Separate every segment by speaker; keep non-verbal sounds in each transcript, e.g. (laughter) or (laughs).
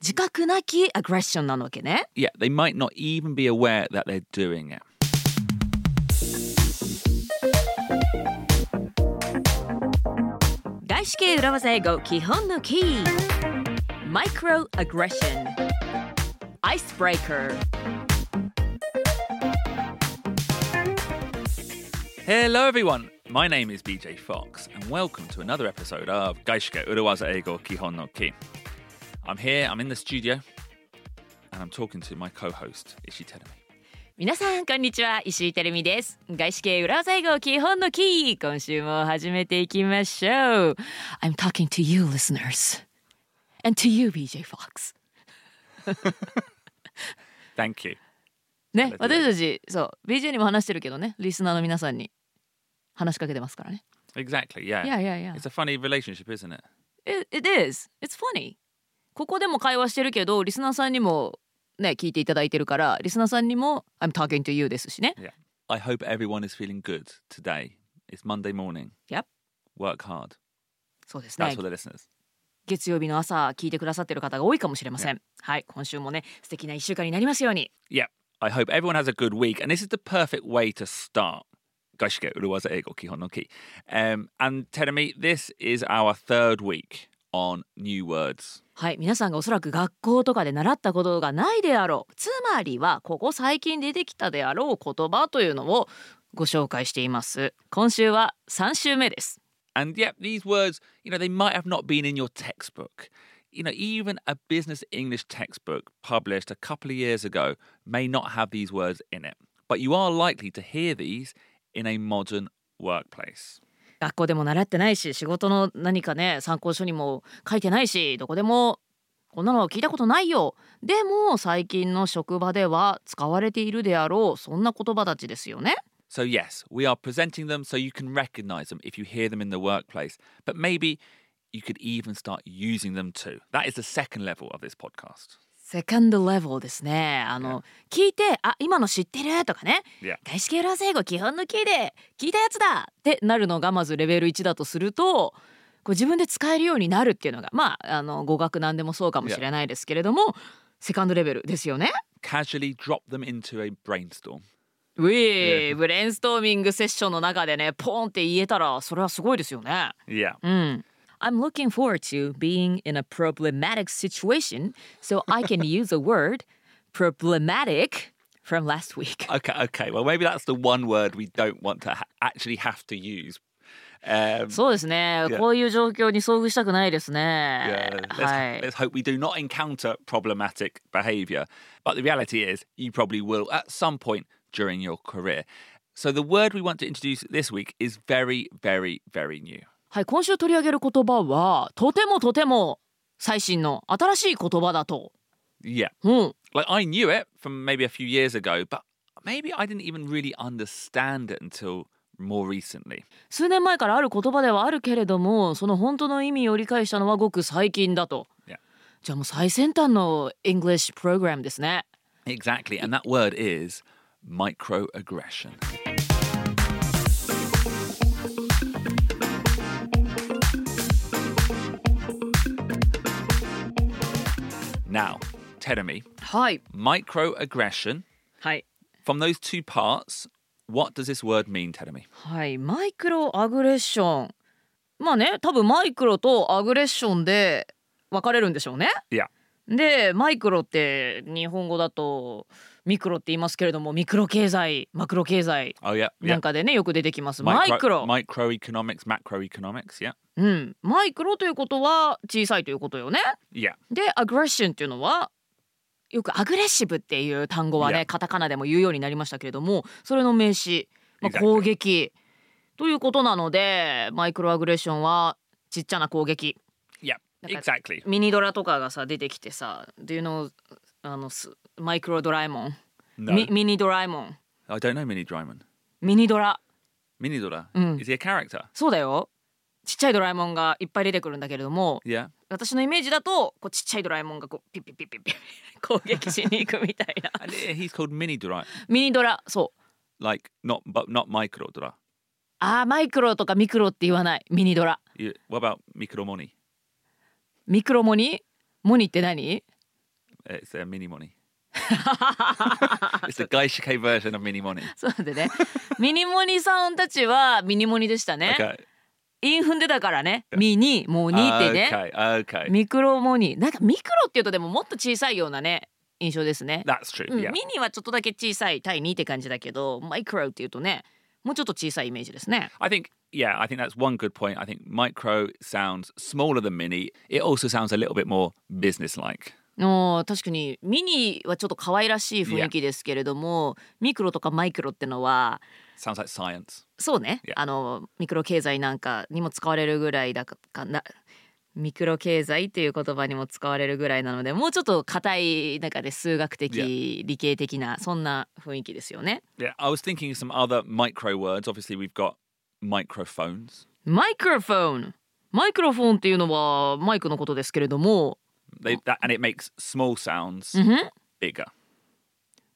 Speaker 1: 自覚なきアグレッションなわけね。
Speaker 2: Yeah, they might not even be aware that they're doing it.
Speaker 1: 外資系裏技英語基本のキー。マイクロアグレッション。アイスブレイカー。
Speaker 2: Hello, everyone. My name is BJ Fox, and welcome to another episode of Gaishike Urawaza Eigo Kihon no Ki. I'm here, I'm in the studio, and I'm talking to my co host, Ishi Terumi.
Speaker 1: 皆さんこんにちは石井てるみです外資系裏技英語基本のキー今週も始めていきましょう I'm talking to you listeners and to you BJ Fox
Speaker 2: Thank you.
Speaker 1: ね
Speaker 2: Let's do it.
Speaker 1: 私たちそう BJ にも話してるけどねリスナーの皆さんに話しかけてますからね
Speaker 2: Exactly, yeah.
Speaker 1: いやいやいや
Speaker 2: It's a funny relationship, isn't it?
Speaker 1: It, it is it's funny ここでも会話してるけどリスナーさんにもね聞いていただいてるからリスナーさんにも I'm talking to you ですしね
Speaker 2: I hope everyone is feeling good today. It's Monday morning.
Speaker 1: Yep.
Speaker 2: Work hard.
Speaker 1: そうですね
Speaker 2: That's for the listeners.
Speaker 1: 月曜日の朝聞いてくださってる方が多いかもしれません。はい、今週もね素敵な一週間になりますように。
Speaker 2: Yeah. I hope everyone has a good week. And this is the perfect way to start. Gaishike Uruwaza Eigo Kihon no Ki. Um, and Terumi, this is our third week on new words.
Speaker 1: はい、皆さんがおそらく学校とかで習ったことがないであろう。つまりはここ最近出てきたであろう言葉というのをご紹介しています。今週は三週目です。
Speaker 2: And yep, these words, you know, they might have not been in your textbook. You know, even a business English textbook published a couple of years ago may not have these words in it, but you are likely to hear these in a modern workplace.
Speaker 1: 学校でも習ってないし、仕事の何かね参考書にも書いてないし、どこでもこんなの聞いたことないよ。でも最近の職場では使われているであろうそんな言葉たちですよね。
Speaker 2: So, yes, we are presenting them so you can recognize them if you hear them in the workplace, but maybe you could even start using them too. That is the second level of this podcast.
Speaker 1: セカンドレベルですね。あの、聞いて、あ、今の知ってるとかね。
Speaker 2: Yeah.
Speaker 1: 外資系ラー英語基本のキーで聞いたやつだってなるのがまずレベル1だとすると、こう自分で使えるようになるっていうのが、まあ、あの語学なんでもそうかもしれないですけれども、セカンドレベルですよね。
Speaker 2: Casually drop them into a brainstorm.
Speaker 1: ウィー、ブレインストーミングセッションの中でね、ポンって言えたら、それはすごいですよね。
Speaker 2: Yeah.
Speaker 1: I'm looking forward to being in a problematic situation so I can use the word problematic from last week.
Speaker 2: Okay, okay. Well, maybe that's the one word we don't want to ha- actually have to use.
Speaker 1: (laughs)
Speaker 2: Um,
Speaker 1: そうですね。
Speaker 2: Yeah.
Speaker 1: こういう状況に遭遇したくないですね
Speaker 2: yeah,。
Speaker 1: は
Speaker 2: let's,
Speaker 1: い。
Speaker 2: let's hope we do not encounter problematic behavior. But the reality is, you probably will at some point during your career. So, the word we want to introduce this week is very, very, very new.
Speaker 1: はい、今週取り上げる言葉は、とてもとても最新の新しい言葉だと。
Speaker 2: Yeah.
Speaker 1: うん。
Speaker 2: Like, I knew it from maybe a few years ago, but maybe I didn't even really understand it until more recently.
Speaker 1: 数年前からある言葉ではあるけれども、その本当の意味を理解したのはごく最近だと。
Speaker 2: Yeah.
Speaker 1: じゃあもう最先端の English プログラムですね。
Speaker 2: Exactly. And that word is microaggression. な o Terumi,
Speaker 1: はい。
Speaker 2: microaggression.
Speaker 1: はい。
Speaker 2: From those two parts, what does this word mean, Terumi?
Speaker 1: はい、マイクロアグレッション。まあね、多分マイクロとアグレッションで分かれるんでしょうね。
Speaker 2: Yeah.
Speaker 1: で、マイクロって日本語だとミクロって言いますけれども、ミクロ経済、マクロ経済
Speaker 2: Oh, yeah.
Speaker 1: な
Speaker 2: yeah.
Speaker 1: んかでね、よく出てきます。マイクロ。
Speaker 2: Microeconomics, macroeconomics. Yeah.
Speaker 1: うん、マイクロということは小さいということよね。
Speaker 2: Yeah.
Speaker 1: で、アグレッションっていうのは。よくアグレッシブっていう単語はね、
Speaker 2: Yeah.
Speaker 1: カタカナでも言うようになりましたけれども、それの名詞、まあ、
Speaker 2: Exactly.
Speaker 1: 攻撃ということなので、マイクロアグレッションはちっちゃな攻撃。
Speaker 2: Yeah.
Speaker 1: Like a-
Speaker 2: Exactly.
Speaker 1: ミニドラとかがさ出てきてさ、Do you know あのすマイクロドラえもん、
Speaker 2: No.
Speaker 1: ミミニドラえもん、
Speaker 2: I don't know Mini Dryman.
Speaker 1: ミニドラ、
Speaker 2: Mini Dora.
Speaker 1: Mm.
Speaker 2: Is he a character?
Speaker 1: そうだよ。ちっちゃいドラえもんがいっぱい出てくるんだけれども、
Speaker 2: Yeah.
Speaker 1: 私のイメージだとこうちっちゃいドラえもんがこうピッピッピッピッピッ攻撃しに行くみたいな
Speaker 2: And he's called Mini Dora.
Speaker 1: ミニドラそう。
Speaker 2: like not but not micro dora.
Speaker 1: あーマイクロとかミクロって言わないミニドラ
Speaker 2: You, what about micro money?
Speaker 1: ミクロモニモニって何
Speaker 2: It's uh, mini money. It's the Gaishike version of mini money.
Speaker 1: そうでね (laughs) ミニモニさんたちはミニモニでしたね、
Speaker 2: Okay.
Speaker 1: インフンでだからねミニモニってね、
Speaker 2: Okay. Okay.
Speaker 1: ミクロモニなんかミクロっていうとでももっと小さいようなね印象ですね、
Speaker 2: That's true.
Speaker 1: うん
Speaker 2: Yeah.
Speaker 1: ミニはちょっとだけ小さい対2って感じだけどマイクロっていうとねもうちょっと小さいイメージですね
Speaker 2: I think, yeah, I think that's one good point. I think micro sounds smaller than mini. It also sounds a little bit more business like.
Speaker 1: おー確かにミニはちょっと可愛らしい雰囲気ですけれども、ミクロとかマイクロってのは
Speaker 2: Sounds like science.
Speaker 1: そうね、
Speaker 2: Yeah.
Speaker 1: あのミクロ経済なんかにも使われるぐらいだからなミクロ経済っていう言葉にも使われるぐらいなのでもうちょっと硬い中で数学的、理系的なそんな雰囲気ですよね。
Speaker 2: Yeah. I was thinking of some other micro words. Obviously, we've got microphones.
Speaker 1: マイクロフォンマイクロフォンっていうのはマイクのことですけれども、
Speaker 2: They, that, and it makes small sounds
Speaker 1: うんふん
Speaker 2: bigger.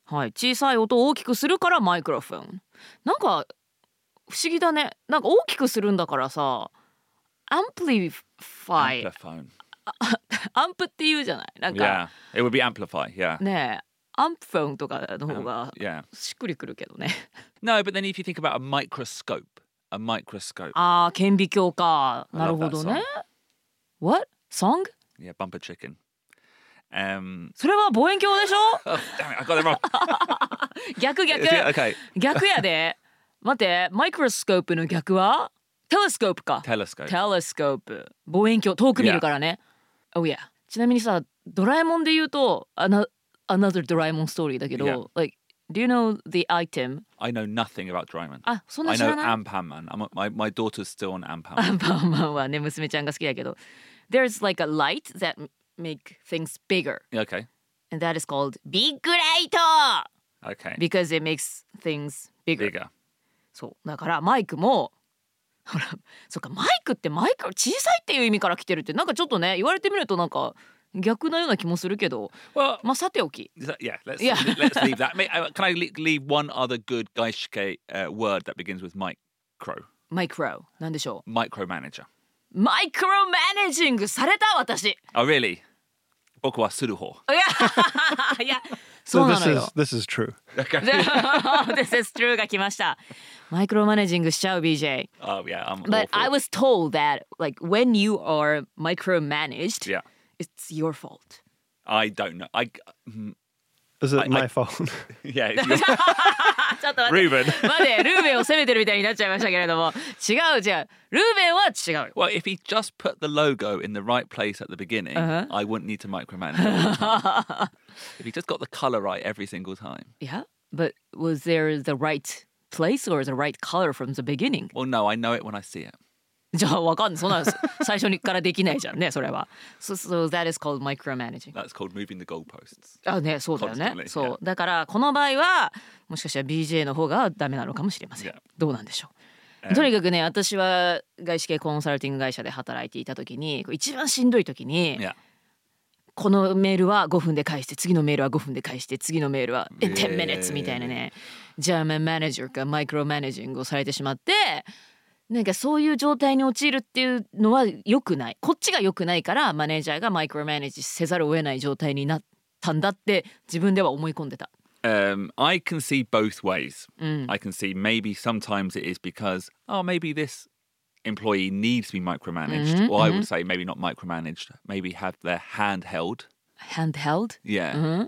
Speaker 1: はい、小さい音を大きくするからマイクロフォンなんか不思議だねなんか大きくするんだからさアンプリファイ
Speaker 2: Ampliphone.
Speaker 1: アンプって言うじゃないなんか、
Speaker 2: Yeah. It would be amplify. Yeah.
Speaker 1: ねえアンプフォンとかの方が
Speaker 2: Yeah.
Speaker 1: しっくりくるけどね
Speaker 2: No, but then if you think about a microscope, a microscope.
Speaker 1: ああ顕微鏡か
Speaker 2: I
Speaker 1: なる
Speaker 2: love
Speaker 1: ほ
Speaker 2: that
Speaker 1: どね What? Song?
Speaker 2: Yeah, bumper chicken. Um,
Speaker 1: それは望遠鏡でし (laughs) ょ
Speaker 2: oh, damn it, I got
Speaker 1: (laughs)
Speaker 2: it wrong.
Speaker 1: 逆逆
Speaker 2: Yeah, okay,
Speaker 1: 逆や (laughs) で待ってマイクロスコープの逆はテレスコープか
Speaker 2: telescope.
Speaker 1: テレスコープ望遠鏡遠く見るからね、Oh yeah ちなみにさドラえもんで言うと ano- Another ドラえもんストーリーだけど、
Speaker 2: Yeah.
Speaker 1: like, Do you know the item?
Speaker 2: I know nothing about Dryman.
Speaker 1: あそん
Speaker 2: I
Speaker 1: な知ら
Speaker 2: know
Speaker 1: ない
Speaker 2: Ampan Man. I'm, my, my daughter's still on Ampan
Speaker 1: ア (laughs)
Speaker 2: Man.
Speaker 1: ンパンマンはね娘ちゃんが好きだけど There's like a light that make things bigger
Speaker 2: Yeah, okay,
Speaker 1: and that is called big light
Speaker 2: okay.
Speaker 1: because it makes things bigger
Speaker 2: Bigger.
Speaker 1: そうだからマイクもほらそっかマイクってマイク小さいっていう意味から来てるってなんかちょっとね言われてみるとなんか逆なような気もするけど
Speaker 2: Well,
Speaker 1: まあさておき
Speaker 2: is that- yeah, let's,
Speaker 1: Yeah.
Speaker 2: let's leave
Speaker 1: (laughs)
Speaker 2: that. May- uh, Can I le- leave one other good Gaishike uh, word that begins with micro?
Speaker 1: マイクロなんでしょ
Speaker 2: Micromanager.
Speaker 1: うマイクロマネジングされた私い
Speaker 2: Oh, really? Boku wa
Speaker 1: (laughs)
Speaker 2: suruho.
Speaker 1: やいやそうな
Speaker 3: this
Speaker 1: のよ
Speaker 3: is this is true.
Speaker 1: (laughs) This is true が来ましたマイクロマネジングしちゃう BJ
Speaker 2: Oh, yeah, I'm
Speaker 1: But I
Speaker 2: awful.
Speaker 1: was told that like when you are micromanaged
Speaker 2: Yeah.
Speaker 1: it's your fault
Speaker 2: I don't know. I, mm,
Speaker 3: Is it
Speaker 2: I-
Speaker 3: my (laughs) phone?
Speaker 2: (laughs) yeah, (laughs) it's your,
Speaker 1: ちょっと待って
Speaker 2: Ruben.
Speaker 1: までルーベンを責めてるみたいになっちゃいましたけれども違う違うルーベンは違うよ
Speaker 2: Well, if he just put the logo in the right place at the beginning, I wouldn't need to micromanage. it all the time. if he just got the color right every single time.
Speaker 1: Yeah but was there the right place or the right color from the beginning
Speaker 2: Well, no, I know it when I see it.
Speaker 1: じゃあわかんないそんなの最初にからできないじゃんねそれは so, so that is called micromanaging
Speaker 2: That's called moving the goalposts.
Speaker 1: あねそうだよね
Speaker 2: Constantly,
Speaker 1: そうだからこの場合はもしかしたら BJ の方がダメなのかもしれません
Speaker 2: Yeah.
Speaker 1: どうなんでしょうとにかくね私は外資系コンサルティング会社で働いていた時にこう一番しんどい時に
Speaker 2: Yeah.
Speaker 1: このメールは5分で返して次のメールは5分で返して次のメールはえ10 minutes みたいなねジャーマンマネージャーがマイクロマネージングをされてしまってなんかそういう状態に陥るっていうのは良くないこっちが良くないからマネージャーがマイクロマネージせざるを得ない状態になったんだって自分では思い込んでた
Speaker 2: Um, I can see both ways. I can see maybe sometimes it is because, oh, maybe this employee needs to be micromanaged. or I would say maybe not micromanaged, maybe have their hand held.
Speaker 1: handheld
Speaker 2: Yeah.
Speaker 1: Mm-hmm.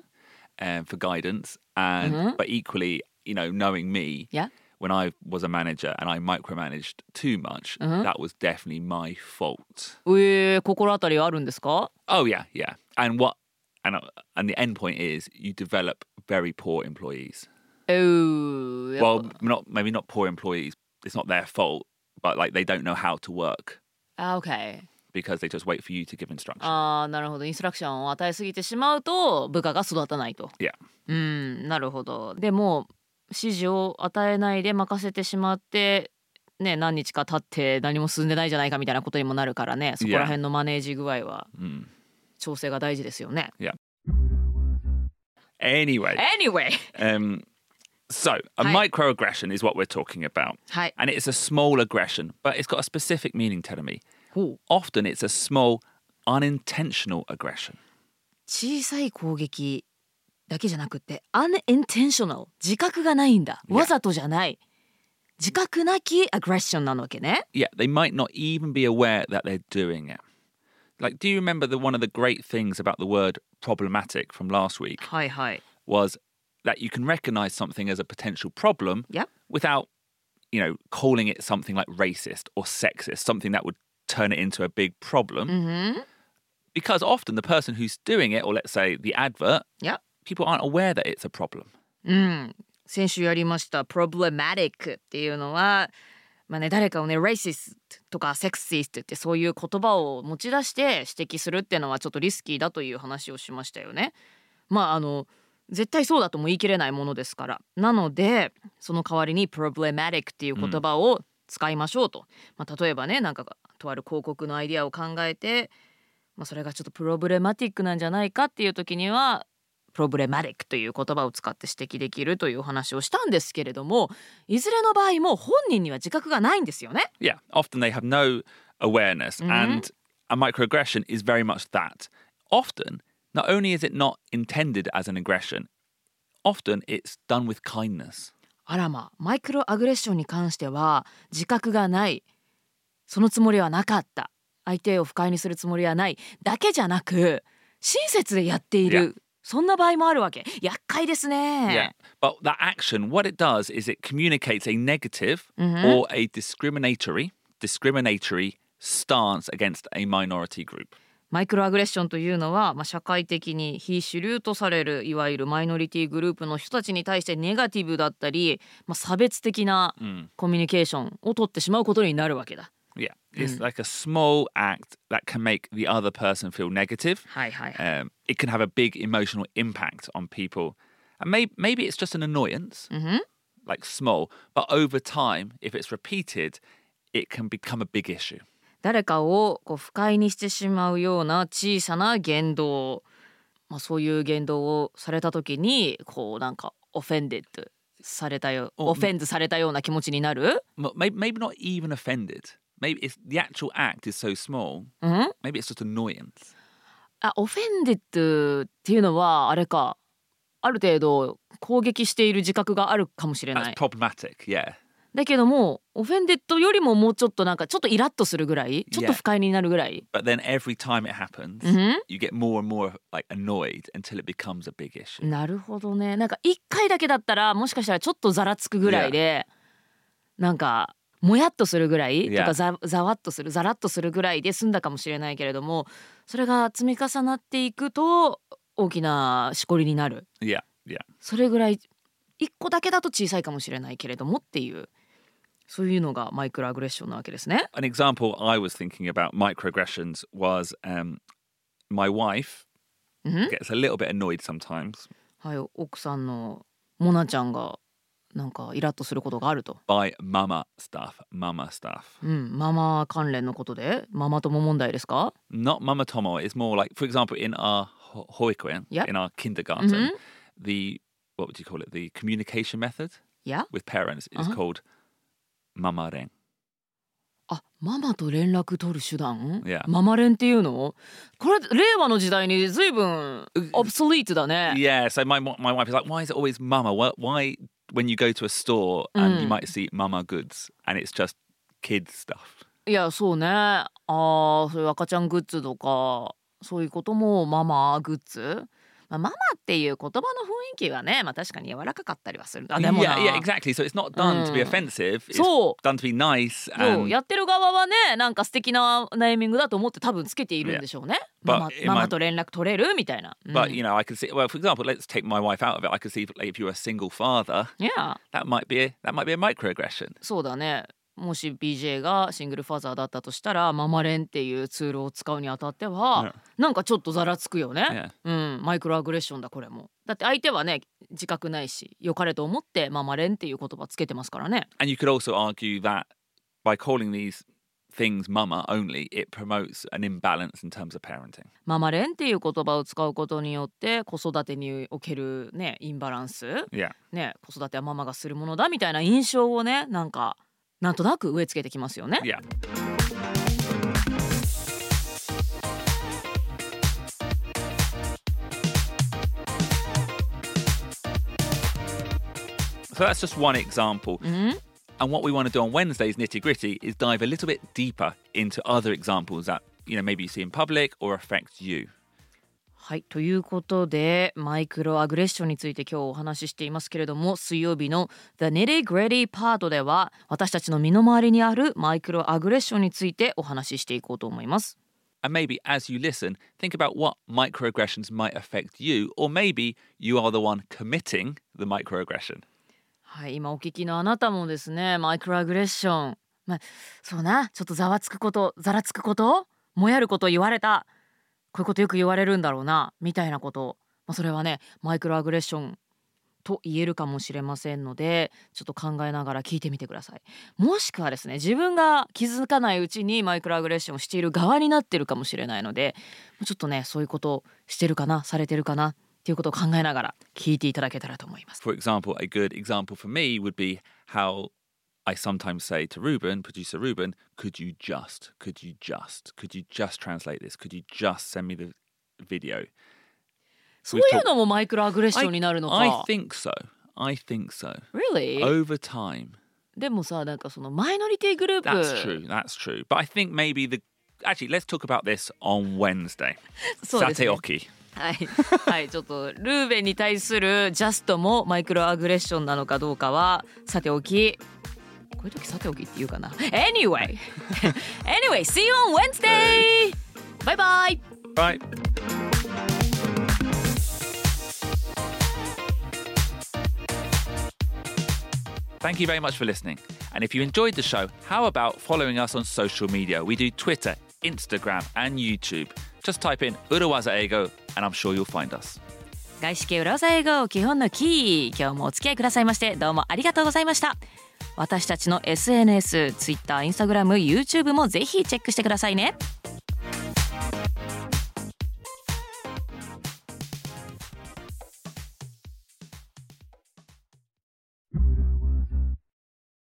Speaker 2: Um, for guidance. And but equally, you know, knowing me,
Speaker 1: Yeah.
Speaker 2: when I was a manager and I micromanaged too much,
Speaker 1: Mm-hmm.
Speaker 2: that was definitely my fault.
Speaker 1: えー、心当たりはあるんですか
Speaker 2: Oh yeah, yeah. And what and uh, and the end point is you develop very poor employees.
Speaker 1: えーやっぱ
Speaker 2: Well, not maybe not poor employees. It's not their fault, but like they don't know how to work
Speaker 1: あ OK
Speaker 2: because they just wait for you to give instruction.
Speaker 1: あーなるほどインストラクションを与えすぎてしまうと部下が育たないと
Speaker 2: yeah.
Speaker 1: うんなるほどでも指示を与えないで任せてしまってね何日か経って何も進んでないじゃないかみたいなことにもなるからねそこら辺のマネージ具合は
Speaker 2: Mm.
Speaker 1: 調整が大事ですよね
Speaker 2: Anyway,
Speaker 1: Anyway
Speaker 2: um, so a
Speaker 1: eh. Hi.
Speaker 2: microaggression is what we're talking about.
Speaker 1: はい
Speaker 2: And it's a small aggression, but it's got a specific meaning, Tell me.
Speaker 1: ほう
Speaker 2: Often it's a small, unintentional aggression.
Speaker 1: 小さい攻撃だけじゃなくて unintentional 自覚がないんだ
Speaker 2: Yeah.
Speaker 1: わざとじゃない自覚なき aggression なわけね
Speaker 2: Yeah, they might not even be aware that they're doing it. Like, do you remember the one of the great things about the word problematic from last week?
Speaker 1: はいはい
Speaker 2: was that you can recognize something as a potential problem
Speaker 1: Yep.
Speaker 2: without, you know, calling it something like racist or sexist, something that would turn it into a big problem.
Speaker 1: うんふん
Speaker 2: Because often the person who's doing it, or let's say the advert,
Speaker 1: Yep.
Speaker 2: people aren't aware that it's a problem.
Speaker 1: うん、先週やりました「problematic」っていうのは、まあね、誰かをね「racist」とか「sexist」ってそういう言葉を持ち出して指摘するっていうのはちょっとリスキーだという話をしましたよね。まああの絶対そうだとも言い切れないものですからなのでその代わりに「problematic」っていう言葉を使いましょうと、まあ、例えばねなんかとある広告のアイディアを考えて、まあ、それがちょっとプロブレマティックなんじゃないかっていう時にはプロブレマティックという言葉を使って指摘できるというお話をしたんですけれどもいずれの場合も本人には自覚がないんですよね。
Speaker 2: Yeah, often they have no awareness. And a microaggression is very much that. Often, not only is it not intended as an aggression, often it's done with kindness.
Speaker 1: あらまあマイクロアグレッションに関しては自覚がないそのつもりはなかった相手を不快にするつもりはないだけじゃなく親切でやっているそんな場合もあるわけ厄介ですね。
Speaker 2: Yeah. But that action, what it does is it communicates a negative or a discriminatory, discriminatory stance against a minority group.
Speaker 1: マイクロアグレッションというのは、まあ、社会的に非主流とされるいわゆるマイノリティグループの人たちに対してネガティブだったり、まあ、差別的なコミュニケーションを取ってしまうことになるわけだ。
Speaker 2: Yeah. It's like a small act that can make the other person feel negative.
Speaker 1: はいはいはい。
Speaker 2: Um, it can have a big emotional impact on people. And may- maybe it's just an annoyance, like small, but over time, if it's repeated, it can become a big issue.
Speaker 1: 誰かをこう不快にしてしまうような小さな言動、まあ、そういう言動をされた時にこうなんかオフェンデッドされたよオフェンズされたような気持ちになる、
Speaker 2: M- may- Maybe not even offended. Maybe it's the actual act is so small.
Speaker 1: うん、
Speaker 2: Maybe it's just annoyance.
Speaker 1: あオフェンデッドっていうのはあれかある程度攻撃している自覚があるかもしれな
Speaker 2: That's
Speaker 1: い
Speaker 2: problematic. Yeah.
Speaker 1: だけどもオフェンデッドよりももうちょっとなんかちょっとイラッとするぐらいちょっと不快になるぐらい、
Speaker 2: But then every time it happens,
Speaker 1: うん
Speaker 2: you get more and more like annoyed until it becomes a big issue.
Speaker 1: なるほどねなんか一回だけだったらもしかしたらちょっとざらつくぐらいで、なんかもやっとするぐらい、
Speaker 2: Yeah.
Speaker 1: とかざざわっとするざらっとするぐらいで済んだかもしれないけれどもそれが積み重なっていくと大きなしこりになる
Speaker 2: Yeah. Yeah.
Speaker 1: それぐらい一個だけだと小さいかもしれないけれどもっていうそういうのがマイクロアグレッションなわけですね。
Speaker 2: An example I was thinking about microaggressions was um, my wife
Speaker 1: Mhm.
Speaker 2: gets a little bit annoyed sometimes
Speaker 1: はい、奥さんのモナちゃんがなんかイラッとすることがあると。
Speaker 2: by mama stuff, mama stuff.
Speaker 1: うん、ママ関連のことでママ友問題ですか
Speaker 2: Not mama tomo. It's more like, for example, in our ho- hoikuen,
Speaker 1: Yeah.
Speaker 2: in our kindergarten,
Speaker 1: Mhm.
Speaker 2: the what would you call it? The communication method
Speaker 1: いや
Speaker 2: with parents is
Speaker 1: Uh-huh.
Speaker 2: called mama reng.
Speaker 1: あママと連絡取る手段、
Speaker 2: Yeah.
Speaker 1: ママ連っていうのこれ令和の時代に随分オブソリートだね。
Speaker 2: Yeah, so my my wife is like, why is it always mama? Why, why when you go to a store and you might see mama goods and it's just kids stuff?
Speaker 1: いやそうねあーそういう赤ちゃんグッズとかそういうこともママグッズ、まあ、ママっていう言葉の雰囲気はね、まあ、確かに柔らかかったりはするあでもな
Speaker 2: yeah, yeah, exactly. So it's not done to be offensive. It's
Speaker 1: So-
Speaker 2: done to be nice.
Speaker 1: そう
Speaker 2: And
Speaker 1: やってる側はねなんか素敵なネーミングだと思って多分つけているんでしょうね、
Speaker 2: Yeah.
Speaker 1: マ
Speaker 2: But
Speaker 1: マ
Speaker 2: in my-
Speaker 1: ママと連絡取れるみたいな、うん
Speaker 2: but you know, I could see. Well, for example, let's take my wife out of it. I could see if, like, if you were a single father,
Speaker 1: Yeah.
Speaker 2: that might be a, that might be a microaggression.
Speaker 1: そうだねもし BJ がシングルファザーだったとしたらママレンっていうツールを使うにあたっては、なんかちょっとざらつくよね、うん、マイクロアグレッションだこれもだって相手はね自覚ないし良かれと思ってママレンっていう言葉つけてますからね
Speaker 2: And you could also argue that by calling these things mama only, it promotes an imbalance in terms of parenting.
Speaker 1: ママレンっていう言葉を使うことによって子育てにおけるねインバランス
Speaker 2: Yeah.
Speaker 1: ね子育てはママがするものだみたいな印象をねなんかなんとなく植え付けてきますよね
Speaker 2: Yeah. So that's just one example.
Speaker 1: Mhm.
Speaker 2: And what we want to do on Wednesday's nitty gritty is dive a little bit deeper into other examples that you know maybe you see in public or affect you.
Speaker 1: はいということでマイクロアグレッションについて今日お話ししていますけれども水曜日の「The Nitty Gritty」パートでは私たちの身の回りにあるマイクロアグレッションについてお話ししていこうと思います。
Speaker 2: And maybe as you listen, think about what microaggressions might affect you, or maybe you are the one committing the microaggression.
Speaker 1: はい、今お聞きのあなたもですねマイクロアグレッション、まあ、そうなちょっとざわつくことざらつくこともやること言われたこういうことよく言われるんだろうなみたいなこと、まあ、それはねマイクロアグレッションと言えるかもしれませんのでちょっと考えながら聞いてみてくださいもしくはですね自分が気づかないうちにマイクロアグレッションをしている側になってるかもしれないのでちょっとねそういうことをしてるかなされてるかなっていうことを考えながら聞いていただけたらと思います。
Speaker 2: For example, a good example for me would be how I sometimes say to Ruben, producer Ruben, could you just, could you just, could you just translate this? Could you just send me the video?
Speaker 1: そういうのもマイクロアグレッションになるのか。
Speaker 2: I think so. I think so.
Speaker 1: really?
Speaker 2: Over time.
Speaker 1: でもさ、なんかそのマイノリティグループ。
Speaker 2: That's true. That's true. But I think maybe the. Actually, let's talk about this on Wednesday.
Speaker 1: そうですね
Speaker 2: Sateoki.
Speaker 1: はい、はい、ちょっとルーベンに対するジャストもマイクロアグレッションなのかどうかはさておき。こういう時さておきって言うかな。Anyway, (laughs) anyway, see you on Wednesday. Bye bye.
Speaker 2: Right. Thank you very much for listening. And if you enjoyed the show, how about following us on social media? We do Twitter, Instagram, and YouTube. Just type in Urawaza Ego, and I'm sure you'll find us.
Speaker 1: 外資系裏技英語基本のキー今日もお付き合いくださいましてどうもありがとうございました私たちの SNS、Twitter、Instagram、YouTube もぜひチェックしてくださいね